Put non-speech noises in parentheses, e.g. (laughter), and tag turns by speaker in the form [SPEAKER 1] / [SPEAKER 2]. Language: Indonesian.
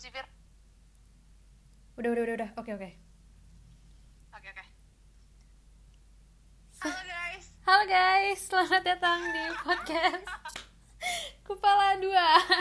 [SPEAKER 1] sih Fir?
[SPEAKER 2] Udah, udah, udah, udah. Oke, oke.
[SPEAKER 1] Oke oke. Halo guys.
[SPEAKER 2] Halo guys, selamat datang di podcast (laughs) Kepala Dua.
[SPEAKER 1] (laughs)